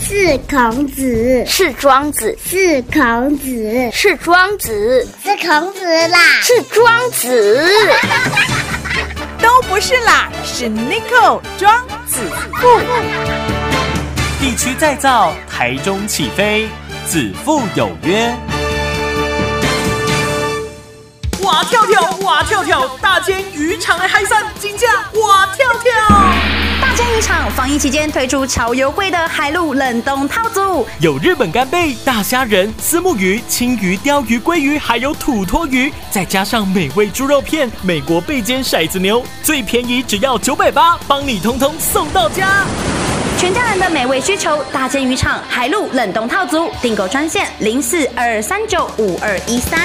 是孔子，是庄子，是孔子，是庄子，是孔子啦，是庄子。都不是啦，是 n i c o 庄子富。地区再造，台中起飞，子父有约。哇跳跳，哇跳跳，大间渔场来嗨散金价，哇跳跳。大间渔场防疫期间推出超优惠的海陆冷冻套组，有日本干贝、大虾仁、丝木鱼、青鱼、鲷鱼、鲑鱼，还有土托鱼，再加上美味猪肉片、美国贝煎骰子牛，最便宜只要九百八，帮你通通送到家。全家人的美味需求，大间渔场海陆冷冻套组订购专线零四二三九五二一三。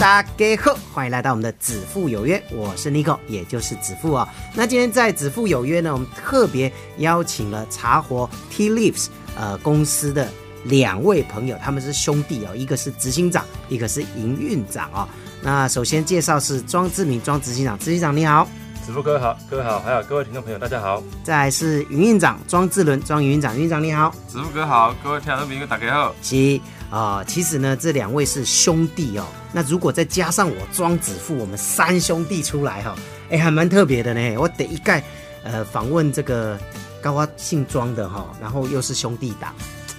大家好，欢迎来到我们的子父有约，我是 Nico，也就是子父哦。那今天在子父有约呢，我们特别邀请了茶活 Tea Leaves 呃公司的两位朋友，他们是兄弟哦，一个是执行长，一个是营运长哦。那首先介绍是庄志明庄执行长，执行长你好；子富哥好，各位好，还有各位听众朋友，大家好。再来是营运长庄志伦庄营运长，营运长你好。子富哥好，各位听众朋友，大家好。其啊、呃其实呢，这两位是兄弟哦。那如果再加上我庄子富，我们三兄弟出来哈、哦，哎，还蛮特别的呢。我得一概呃访问这个高花姓庄的哈、哦然后又是兄弟党，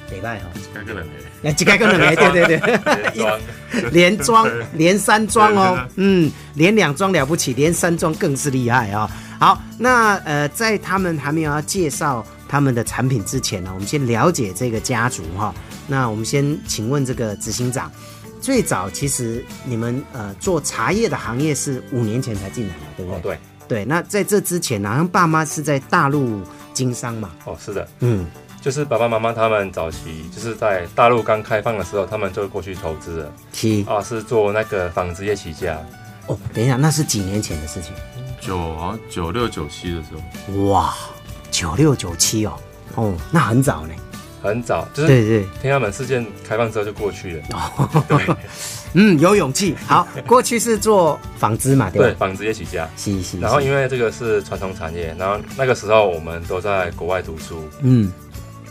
北拜哈。这个人那几个人没？对对 对，连庄连三庄哦，嗯，连两庄了不起，连三庄更是厉害啊、哦。好，那呃，在他们还没有要介绍他们的产品之前呢，我们先了解这个家族哈、那我们先请问这个执行长，最早其实你们呃做茶叶的行业是五年前才进来的，对不对？哦，对，对那在这之前呢，好像爸妈是在大陆经商嘛， 哦，是的，嗯，就是爸爸妈妈他们早期就是在大陆刚开放的时候，他们就过去投资了提啊，是做那个纺织业起家。嗯哦，等一下，那是几年前的事情。九好像九六九七的时候，哇，九六九七哦，哦，那很早呢。很早，就对是对，天安门事件开放之后就过去了。嗯，有勇气。 好，过去是做纺织嘛，对对，吧？纺织业起家。是是。然后是因为这个是传统产业，然后那个时候我们都在国外读书。嗯，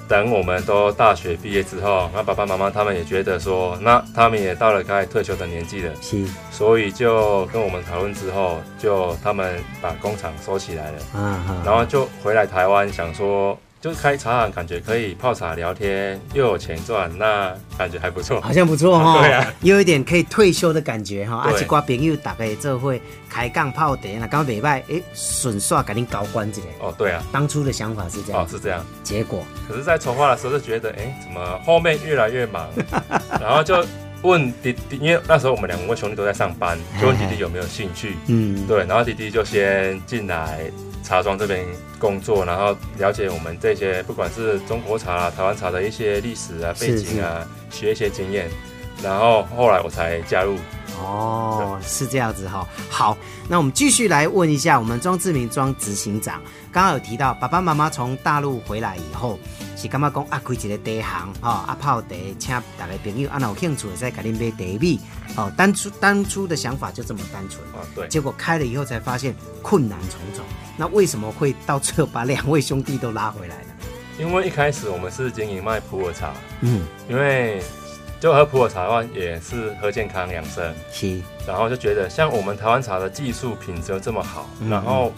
等我们都大学毕业之后，那爸爸妈妈他们也觉得说，那他们也到了该退休的年纪了，是所以就跟我们讨论之后，就他们把工厂收起来了，啊哈，然后就回来台湾，想说就是开茶行，感觉可以泡茶聊天，又有钱赚，那感觉还不错。好像不错哈、哦， 对啊又有一点可以退休的感觉哈、啊，对一挂朋友大概这会开杠泡茶，那刚礼拜哎，顺耍给您搞关一下。哦，对啊，当初的想法是这样哦子，是这样。结果可是，在筹划的时候就觉得，哎，怎么后面越来 越忙？然后就问弟弟，因为那时候我们两个兄弟都在上班，就问弟弟有没有兴趣。嗯，对，然后弟弟就先进来茶庄这边工作，然后了解我们这些不管是中国茶啊、台湾茶的一些历史啊、背是景啊，学一些经验。然后后来我才加入。哦，是这样子哈、好，那我们继续来问一下我们庄志明庄执行长，刚刚有提到爸爸妈妈从大陆回来以后，是感觉讲啊开一个茶行哈、啊泡茶，请大家朋友啊若有兴趣再给您买茶米哦。当初当初的想法就这么单纯，啊，对，结果开了以后才发现困难重重。那为什么会到最后把两位兄弟都拉回来呢？因为一开始我们是经营卖普洱茶，嗯，因为就喝普洱茶的话，也是喝健康养生。嗯是然后就觉得像我们台湾茶的技术品质又这么好，嗯然后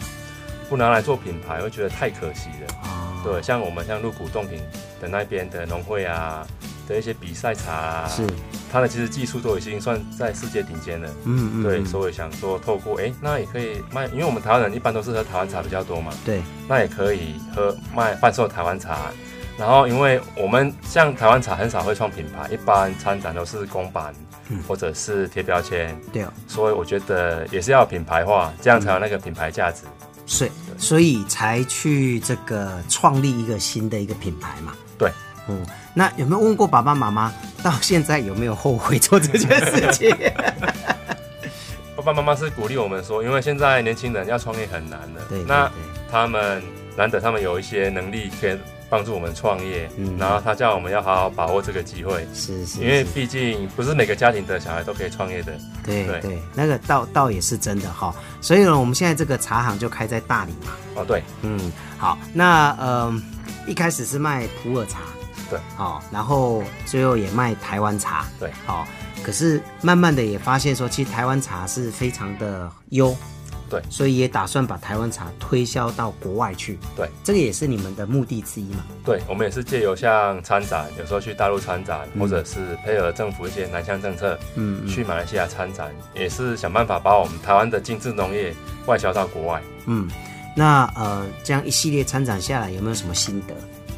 不拿来做品牌，会觉得太可惜了。哦，对，像我们像入股冻品的那边的农会啊的一些比赛茶、啊，是，它的其实技术都已经算在世界顶尖了。嗯嗯，对，嗯所以想说透过哎，那也可以卖，因为我们台湾人一般都是喝台湾茶比较多嘛，对，那也可以喝卖贩售台湾茶。然后，因为我们像台湾茶很少会创品牌，一般参展都是公版嗯或者是贴标签，对哦。所以我觉得也是要有品牌化，这样才有那个品牌价值。是，所以才去这个创立一个新的一个品牌嘛。对，嗯，那有没有问过爸爸妈妈，到现在有没有后悔做这件事 情？爸爸妈妈是鼓励我们说，因为现在年轻人要创业很难的对，，那对他们难得他们有一些能力可以帮助我们创业，嗯然后他叫我们要好好把握这个机会，是是，因是为毕竟不是每个家庭的小孩都可以创业的。对对对，那个倒倒也是真的哈、所以呢，我们现在这个茶行就开在大理嘛。哦，对，嗯，好，那嗯、一开始是卖普洱茶，对，哦，然后最后也卖台湾茶，对，哦，可是慢慢的也发现说，其实台湾茶是非常的优，对所以也打算把台湾茶推销到国外去，对，这个也是你们的目的之一嘛，对，我们也是借由像参展，有时候去大陆参展，或者是配合政府一些南向政策，嗯去马来西亚参展，也是想办法把我们台湾的精致农业外销到国外。嗯，那呃，这样一系列参展下来，有没有什么心得？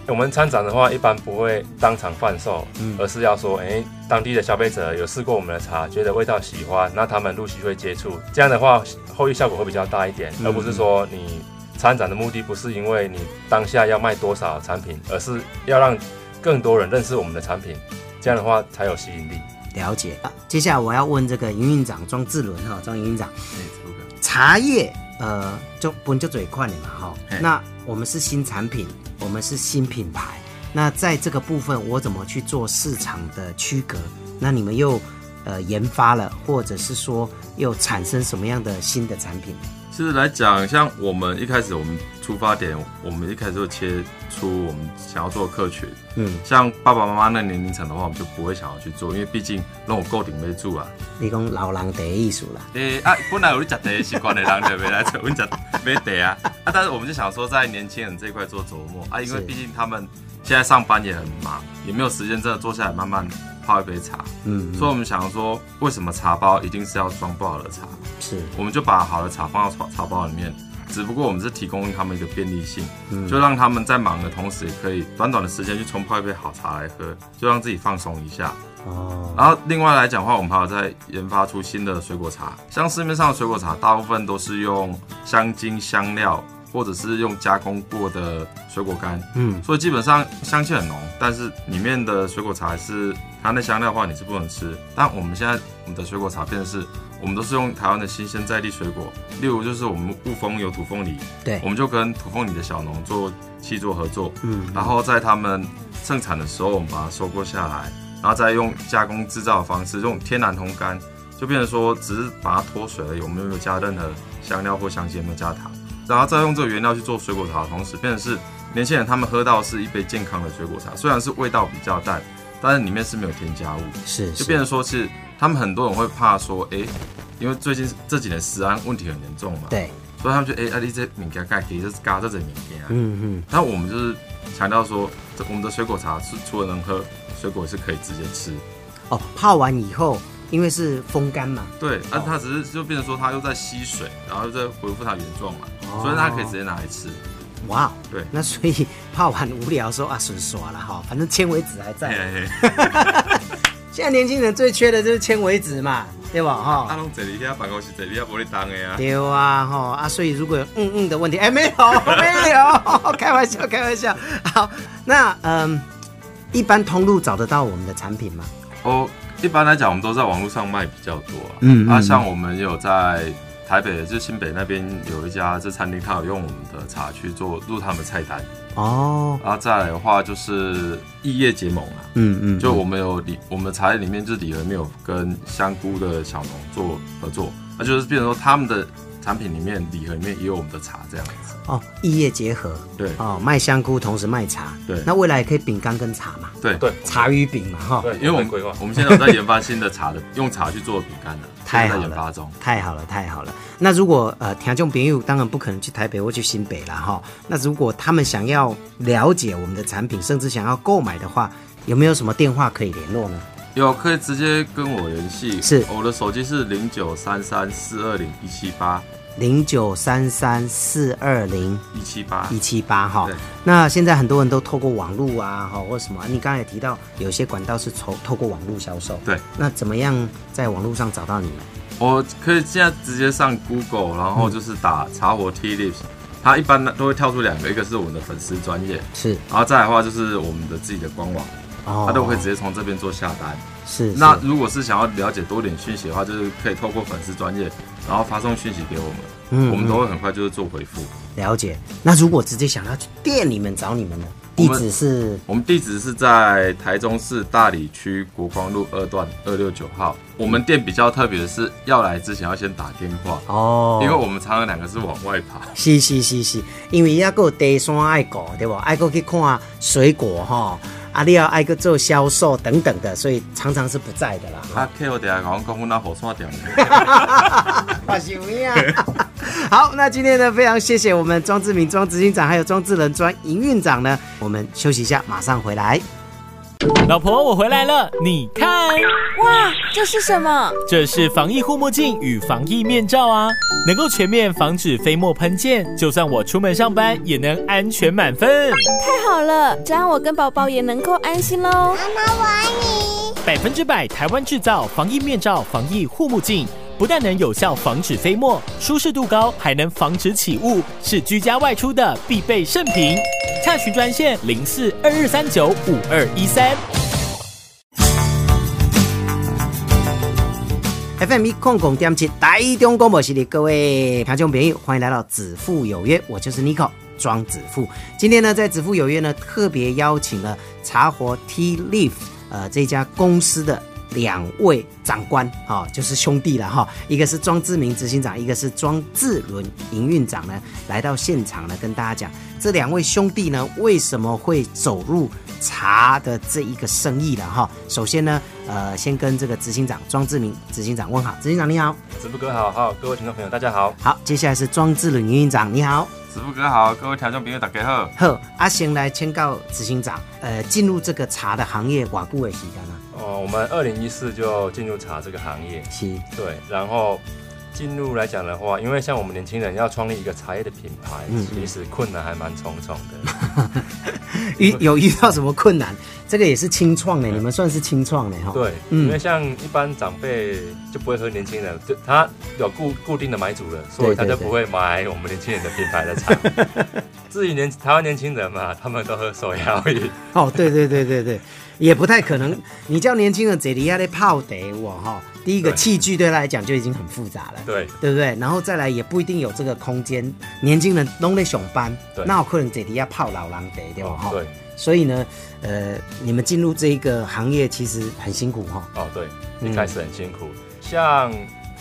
我们参展的话，一般不会当场贩售，而是要说，哎、当地的消费者有试过我们的茶，觉得味道喜欢，那他们陆续会接触，这样的话后续效果会比较大一点，而不是说你参展的目的不是因为你当下要卖多少产品，而是要让更多人认识我们的产品，这样的话才有吸引力。了解、啊接下来我要问这个营运长庄志伦哈，庄营运长，哎，这个茶叶，呃，就本就嘴快了嘛，哈、嘿那我们是新产品，我们是新品牌，那在这个部分我怎么去做市场的区隔？那你们又呃研发了，或者是说又产生什么样的新的产品？其实来讲，像我们一开始我们出发点，我们一开始就切出我们想要做的客群。嗯，像爸爸妈妈那年龄层的话，我们就不会想要去做，因为毕竟让我够顶得住啊。你讲老人的艺术啦，诶、啊，本来有你食茶的习惯的人就没来找阮食没茶啊。啊，但是我们就想说，在年轻人这一块做琢磨啊，因是为毕竟他们现在上班也很忙，也没有时间真的坐下来慢慢泡一杯茶。嗯，所以我们想说，为什么茶包一定是要装不好的茶？是我们就把好的茶放到茶茶包里面，只不过我们是提供他们一个便利性，嗯就让他们在忙的同时，也可以短短的时间去冲泡一杯好茶来喝，就让自己放松一下。哦，然后另外来讲的话，我们还有在研发出新的水果茶，像市面上的水果茶，大部分都是用香精、香料，或者是用加工过的水果干，嗯，所以基本上香气很浓，但是里面的水果茶是它那香料的话你是不能吃。但我们现在我们的水果茶变成是，我们都是用台湾的新鲜在地水果，例如就是我们雾峰有土凤梨，对我，们就跟土凤梨的小农做契作合作，嗯然后在他们盛产的时候，我们把它收割下来，然后再用加工制造的方式，用天然烘干，就变成说只是把它脱水而已，我们没有加任何香料或香精，没有加糖，然后再用这个原料去做水果茶的同时，变成是年轻人他们喝到的是一杯健康的水果茶，虽然是味道比较淡，但是里面是没有添加物，是就是变成说是他们很多人会怕说，诶，因为最近这几年食安问题很严重嘛，对，所以他们就哎，啊，你这物件盖给这是加这只物件啊。嗯嗯，那我们就是强调说，这我们的水果茶是除了能喝，水果是可以直接吃。哦，泡完以后，因为是风干嘛，对，啊，它只是就变成说它又在吸水，然后又在恢复它原状嘛，哦所以它可以直接拿来吃。哇，对那所以 泡完无聊的时候啊，顺耍了哈，反正纤维质还在嘿嘛。嘿嘿， 现在年轻人最缺的就是纤维质嘛，对吧？哈、阿龙这里遐办公室这里遐无你当的啊。对啊，哈啊，所以如果有嗯嗯的问题，哎，没有 没有， 开玩笑开玩笑。好，那嗯，一般通路找得到我们的产品吗？哦，一般来讲，我们都在网络上卖比较多啊。嗯嗯啊，嗯像我们也有在台北，就是新北那边有一家这餐厅，它有用我们的茶去做入他们的菜单。哦，然后再来的话就是异业结盟啊。嗯嗯，呃就我们有里我们茶叶里面就是李和没有跟香菇的小农做合作，那就是变成说他们的产品里面礼盒里面也有我们的茶这样子。哦，异业结合，对哦，卖香菇同时卖茶，对那未来也可以饼干跟茶嘛，对对，茶与饼嘛，哈、对，因为我我们们规划，我们现在有在研发新的茶的， 用茶去做饼干的，太现好在了在研发中。太好了，太好了。那如果呃，听众朋友当然不可能去台北或去新北啦哈。那如果他们想要了解我们的产品，甚至想要购买的话，有没有什么电话可以联络呢？有可以直接跟我联系，是我的手机是零九三三四二零一七八零九三三四二零一七八一七八哈对。那现在很多人都透过网络啊，哈或什么，你刚才也提到有些管道是透透过网络销售，对。那怎么样在网络上找到你们？我可以现在直接上 Google，然嗯后就是打茶火 Tea Leaves，它一般都会跳出两个，一个是我们的粉丝专业，是然后再来的话就是我们的自己的官网，哦它都会直接从这边做下单。是是那如果是想要了解多点讯息的话，就是可以透过粉丝专业，然后发送讯息给我们，嗯我们都会很快就是做回复。了解。那如果直接想要去店里面找你们呢？地址是我们地址是在台中市大理区国光路二段二六九号。我们店比较特别的是，要来之前要先打电话，哦，因为我们常常两个是往外爬。是是是是，因为还有地山爱顾对不？爱过去看水果哈，啊，你要爱个做销售等等的，所以常常是不在的啦。 哦他啊 K 我等下讲讲那火串店，我是有影。 好，那今天呢，非常谢谢我们庄志明、庄执行长，还有庄志仁、庄营运长呢。我们休息一下，马上回来。老婆，我回来了，你看，哇，这是什么？这是防疫护目镜与防疫面罩啊，能够全面防止飞沫喷溅，就算我出门上班也能安全满分，太好了，这样我跟宝宝也能够安心喽。妈妈我爱你。百分之百台湾制造防疫面罩、防疫护目镜。不但能有效防止飞沫，舒适度高，还能防止起雾，是居家外出的必备圣品。洽询专线零四二二三九五二一三。 FM 一空空点七，台中广播系列，各位听众朋友，欢迎来到子父有约，我就是 Nico 庄子父。今天呢，在子父有约呢，特别邀请了茶活 T Leaf 呃这家公司的两位长官哈、就是兄弟了哈、一个是庄志明执行长，一个是庄志伦营运长呢，来到现场呢，跟大家讲这两位兄弟呢，为什么会走入茶的这一个生意了哈、首先呢，呃，先跟这个执行长庄志明执行长问好，执行长你好。子富哥好，还有各位听众朋友大家好。好，接下来是庄志伦营运长，你好。子富哥好，各位听众朋友大家好。好，阿行来请教执行长，呃，进入这个茶的行业，瓦固的时间啊，哦，我们二零一四就进入茶这个行业，是对，然后进入来讲的话，因为像我们年轻人要创立一个茶叶的品牌，嗯其实困难还蛮重重的。 遇有遇到什么困难？这个也是清创的，你们算是清创的哈。，嗯对，嗯因为像一般长辈就不会喝年轻人，就他有固固定的买主了，所对以他对就对不会买我们年轻人的品牌的茶。 至于年台湾年轻人嘛，他们都喝手摇 饮，哦，对对对对对，也不太可能。你叫年轻人这里要来泡茶，我哈，第一个对器具对他来讲就已经很复杂了。对，对不对？然后再来也不一定有这个空间，年轻人拢在上班，对哦那有可能这底要泡老狼茶对吧？哈、对，所以呢，呃，你们进入这一个行业其实很辛苦哈、哦对，嗯一开始很辛苦。像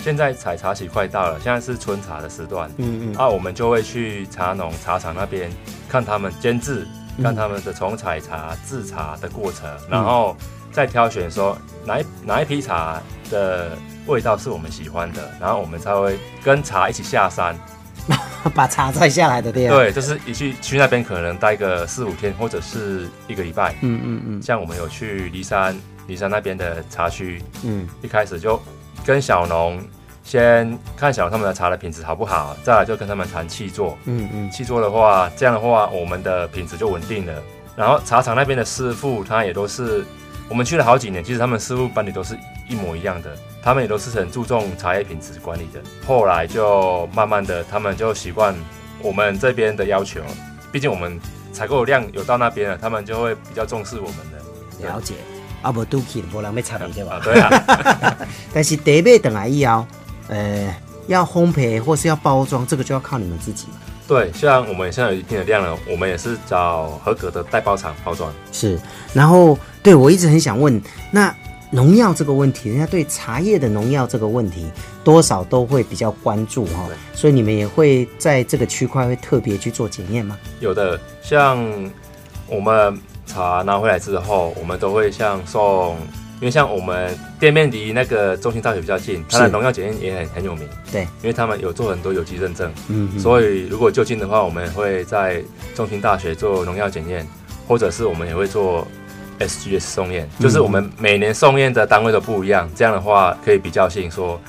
现在采茶期快到了，现在是春茶的时段，嗯嗯，啊，我们就会去茶农茶厂那边看他们监制，看他们的从采茶制茶的过程，然后再挑选说哪一哪一批茶的味道是我们喜欢的，然后我们才会跟茶一起下山。 把茶摘下来的对啊吧？对，就是一去去那边可能待个四五天或者是一个礼拜。嗯嗯嗯像我们有去骊山，骊山那边的茶区，嗯一开始就跟小农先看小农他们的茶的品质好不好，再来就跟他们谈气作。嗯嗯，气做的话，这样的话我们的品质就稳定了。然后茶厂那边的师傅，他也都是我们去了好几年，其实他们师傅班里都是一模一样的，他们也都是很注重茶叶品质管理的。后来就慢慢的，他们就习惯我们这边的要求，毕竟我们采购量有到那边了，他们就会比较重视我们的。了解。啊，无都去，无人要插你对吧啊，？对啊，但是茶杯等来以后，呃，要烘焙或是要包装，这个就要靠你们自己了。对，像我们现在有一定的量了，我们也是找合格的代包厂包装。是，然后对我一直很想问，那农药这个问题，人家对茶叶的农药这个问题，多少都会比较关注哈、哦，所以你们也会在这个区块会特别去做检验吗？有的像我们茶拿回来之后，我们都会像送，因为像我们店面离那个中心大学比较近，它的是农药检验也很很有名，对，因为他们有做很多有机认证，嗯嗯所以如果就近的话，我们会在中心大学做农药检验，或者是我们也会做。SGS 送验，嗯就是我们每年送验的单位都不一样，这样的话可以比较性说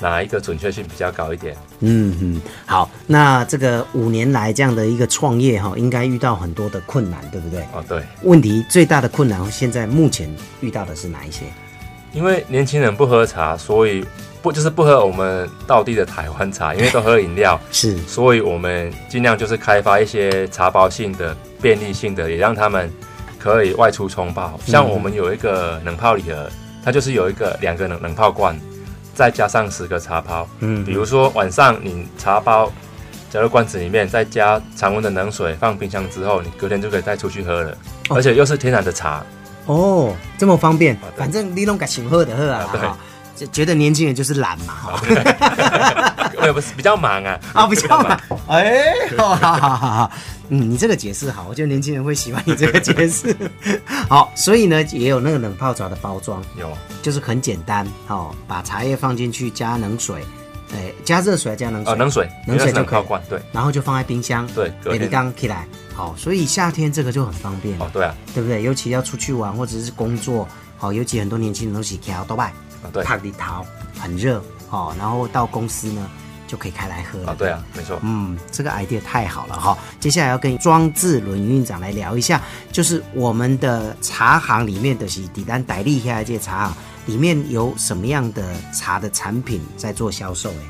哪一个准确性比较高一点。嗯嗯，好，那这个五年来这样的一个创业哈、应该遇到很多的困难，对不对？哦，对，问题最大的困难，现在目前遇到的是哪一些？因为年轻人不喝茶，所以不就是不喝我们道地的台湾茶，因 为都喝饮料，是所以我们尽量就是开发一些茶包性的、便利性的，也让他们可以外出冲泡。嗯像我们有一个冷泡礼盒，它就是有一个两个冷冷泡罐，再加上十个茶包。嗯比如说晚上你茶包加入罐子里面，再加常温的冷水，放冰箱之后，你隔天就可以带出去喝了，而且又是天然的 茶。哦，这么方便，反正你弄个请喝的喝啊，对哈，就觉得年轻人就是懒嘛，哈，我也不是比较忙啊， 啊，比较懒，哎，好好好好好，嗯，你这个解释好，我觉得年轻人会喜欢你这个解释。好，所以呢，也有那个冷泡茶的包装， 有就是很简单，哦，把茶叶放进去，加冷水，哎，加热水还是加哦冷水？啊冷水，冷水因为是就可泡以，罐，对然后就放在冰箱，对，隔哎，你天刚起来，好，所以夏天这个就很方便哦，对啊，对不对？尤其要出去玩或者是工作，好、尤其很多年轻人都喜开多拜，啊对泡里桃很热哦，然后到公司呢就可以开来喝了啊对啊，没错，嗯，这个 idea 太好了哈、接下来要跟庄志伦营运长来聊一下，就是我们的茶行里面的是底丹傣利下这茶行里面有什么样的茶的产品在做销售？哎，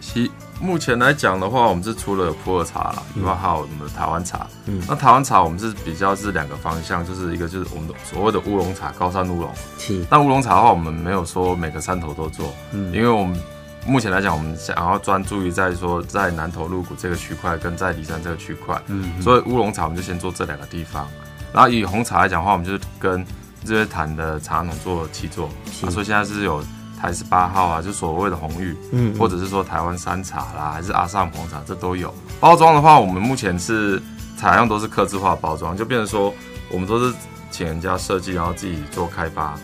其目前来讲的话，我们是除了普洱茶啦，以外还有我们的台湾茶。嗯那台湾茶我们是比较是两个方向，就是一个就是我们的所谓的乌龙茶，高山乌龙。是但乌龙茶的话，我们没有说每个山头都做，嗯因为我们目前来讲，我们想要专注于在说在南投鹿谷这个区块跟在离山这个区块，嗯所以乌龙茶我们就先做这两个地方。然后以红茶来讲的话，我们就是跟日月潭的茶农做七座，是啊所以现在是有台十八号啊，就所谓的红玉，嗯或者是说台湾山茶啦，还是阿萨姆红茶，这都有。包装的话，我们目前是采用都是刻字化包装，就变成说我们都是请人家设计，然后自己做开发，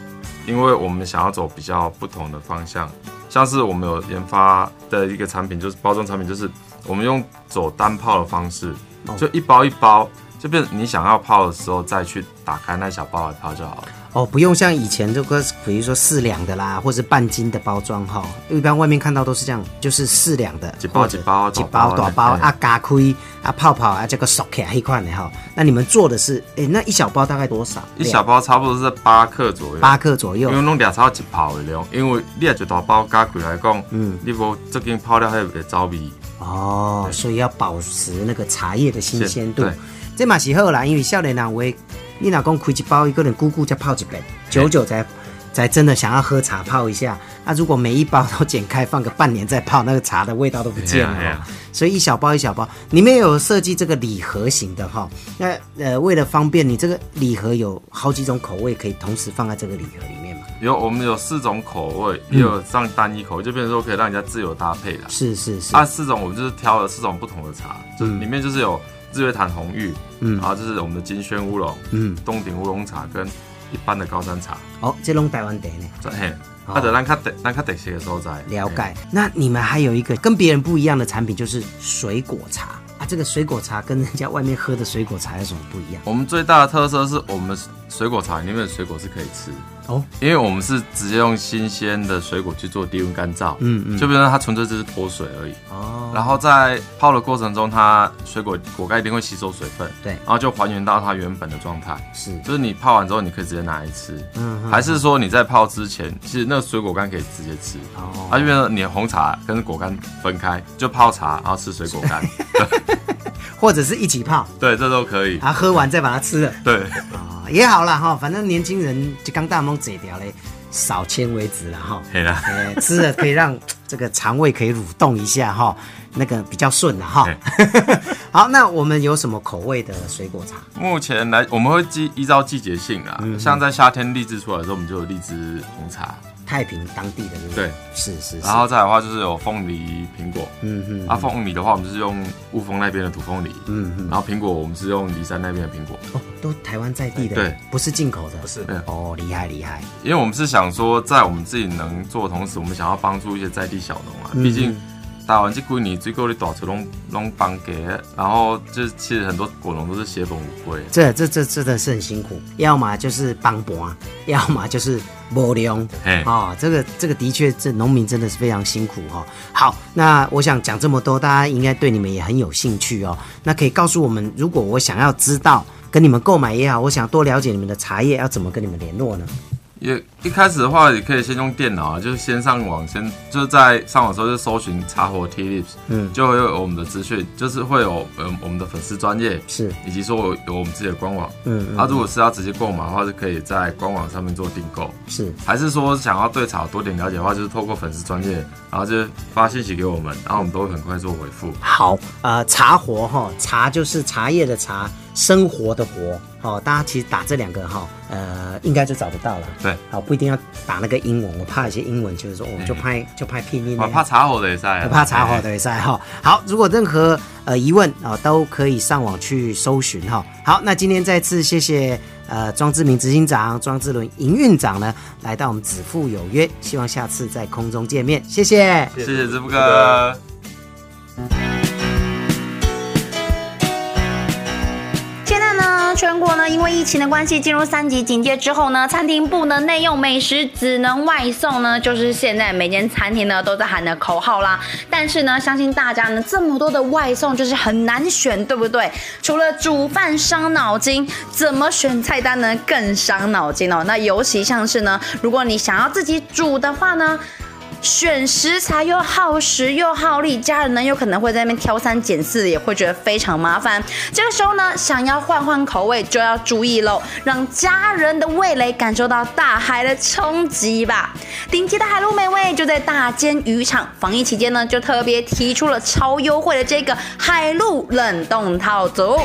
因为我们想要走比较不同的方向，像是我们有研发的一个产品，就是包装产品，就是我们用走单泡的方式哦，就一包一包，就变成你想要泡的时候再去打开那小包来泡就好了。哦，不用像以前这个，比如说四两的啦，或是半斤的包装哈、一般外面看到都是这样，就是四两的，几包或者几包几大包包大哎包哎啊，加亏啊，泡泡啊，这个熟起来一块的哈。那你们做的是，诶，那一小包大概多少？一小包差不多是在八克左右。八克左右因为。弄俩炒一泡的量，因为你也一大包加起来讲，嗯嗯，你无最近泡了还会走味，哦，所以要保持那个茶叶的新鲜度是对。这嘛是好啦，因为少年人为你老公开一包，一个人咕咕再泡一杯，久久才才真的想要喝茶泡一下。那、如果每一包都剪开放个半年再泡，那个茶的味道都不见了、哎呀哎呀所以一小包一小包，里面有设计这个礼盒型的哈、那呃，为了方便，你这个礼盒有好几种口味可以同时放在这个礼盒里面嘛？有我们有四种口味，也有上单一口味，就变成说可以让人家自由搭配啦。是是是，啊，四种我们就是挑了四种不同的茶，就是里面就是有日月潭红玉，嗯嗯，然后就是我们的金萱乌龙、嗯，洞顶乌龙茶跟一般的高山茶，哦，这拢台湾茶呢。这嘿，哦啊，就咱较特咱较特色的所在。了嘿解。那你们还有一个跟别人不一样的产品，就是水果茶啊。这个水果茶跟人家外面喝的水果茶有什么不一样？我们最大的特色是我们水果茶里面的水果是可以吃哦，因为我们是直接用新鲜的水果去做低温干燥，嗯嗯就变成它纯粹就是脱水而已。哦，然后在泡的过程中，它水果果盖一定会吸收水分，对然后就还原到它原本的状态。是就是你泡完之后，你可以直接拿来吃，嗯嗯还是说你在泡之前，其实那个水果干可以直接吃，哦它就变成你的红茶跟果干分开，就泡茶然后吃水果 干，或者是一起泡，对，这都可以，啊，喝完再把它吃了 对。啊、也好啦哈。反正年轻人就刚大梦解掉嘞，少纤维质了哈。 嘿啦呃，吃了可以让这个肠胃可以蠕动一下哈，那个比较顺了哈。 好，那我们有什么口味的水果茶？目前来，我们会依依照季节性啦，嗯像在夏天荔枝出来的时候，我们就有荔枝红茶，太平当地的对不对？对，是是是。然后再来的话就是有凤梨、苹果。嗯嗯啊，凤梨的话，我们就是用雾峰那边的土凤梨，嗯嗯然后苹果我们是用骊山那边的苹果，哦，都台湾在地的，对，不是进口的，不是哦，厉害厉害，因为我们是想说，在我们自己能做的同时，我们想要帮助一些在地小农啊，嗯毕竟。打完这几年，最后的大出拢拢帮给，然后就是其实很多果农都是血本无归，这这这真的是很辛苦，要么就是帮忙， 要么就是无量。嘿，哦，这个这个的确，这农民真的是非常辛苦哦。好，那我想讲这么多，大家应该对你们也很有兴趣哦。那可以告诉我们，如果我想要知道跟你们购买也好，我想多了解你们的茶叶，要怎么跟你们联络呢？也一开始的话，也可以先用电脑啊，就是先上网，先就是在上网的时候就搜寻茶火 T Lips，嗯就会有我们的资讯，就是会有呃我们的粉丝专业，是，以及说有我们自己的官网。嗯嗯他、如果是要直接购买的话，是可以在官网上面做订购。是还是说想要对茶多点了解的话，就是透过粉丝专业，然后就发信息给我们，然后我们都会很快做回复。好，呃，茶活哈、茶就是茶叶的茶，生活的活，好、大家其实打这两个哈、呃，应该就找得到了。对，嗯好、不一定要打那个英文，我怕有些英文就是说，我、就拍就拍拼音、我怕茶火的也在，嗯啊怕查好的赛哈。好，如果任何呃疑问啊、都可以上网去搜寻哈、好，那今天再次谢谢呃庄志明执行长、庄志伦营运长呢，来到我们子父有约，希望下次在空中见面，谢谢。谢谢支付哥。现在呢，全国呢因为疫情的关系进入三级警戒之后呢，餐厅不能内用，美食只能外送呢，就是现在每间餐厅呢都在喊的口号啦。但是呢，相信大家呢这么多的外送就是很难选，对不对？除了煮饭伤脑筋，怎么选菜单呢更伤脑筋哦。那尤其像是呢，如果你想要自己煮的话呢。选食材又耗时又耗力，家人呢有可能会在那边挑三拣四，也会觉得非常麻烦。这个时候呢，想要换换口味就要注意喽，让家人的味蕾感受到大海的冲击吧。顶级的海陆美味就在大间渔场，防疫期间呢就特别提出了超优惠的这个海陆冷冻套组。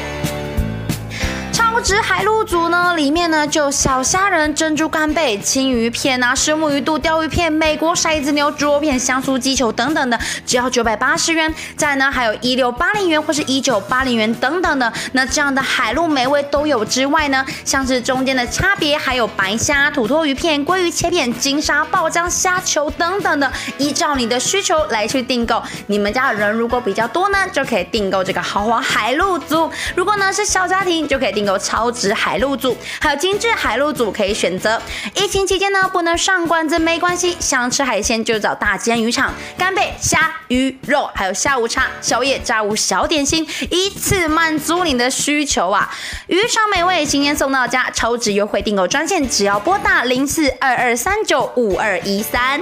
超值海陆组呢，里面呢就有小虾仁、珍珠干贝、青鱼片啊、石目鱼肚、鲷鱼片、美国骰子牛、猪肉片、香酥鸡球等等的，只要九百八十元。再来呢，还有一六八零元或是一九八零元等等的。那这样的海陆美味都有之外呢，像是中间的差别还有白虾、土托鱼片、鲑鱼切片、金沙爆浆虾球等等的，依照你的需求来去订购。你们家的人如果比较多呢，就可以订购这个豪华海陆组；如果呢是小家庭，就可以订购超值海陆组，还有精致海陆组可以选择。疫情期间呢，不能上馆子没关系，想吃海鲜就找大煎渔场，干贝、虾、鱼、肉，还有下午茶、宵夜、炸物、小点心，依次满足你的需求啊！渔场美味今天送到家，超值优惠订购专线，只要拨打零四二二三九五二一三。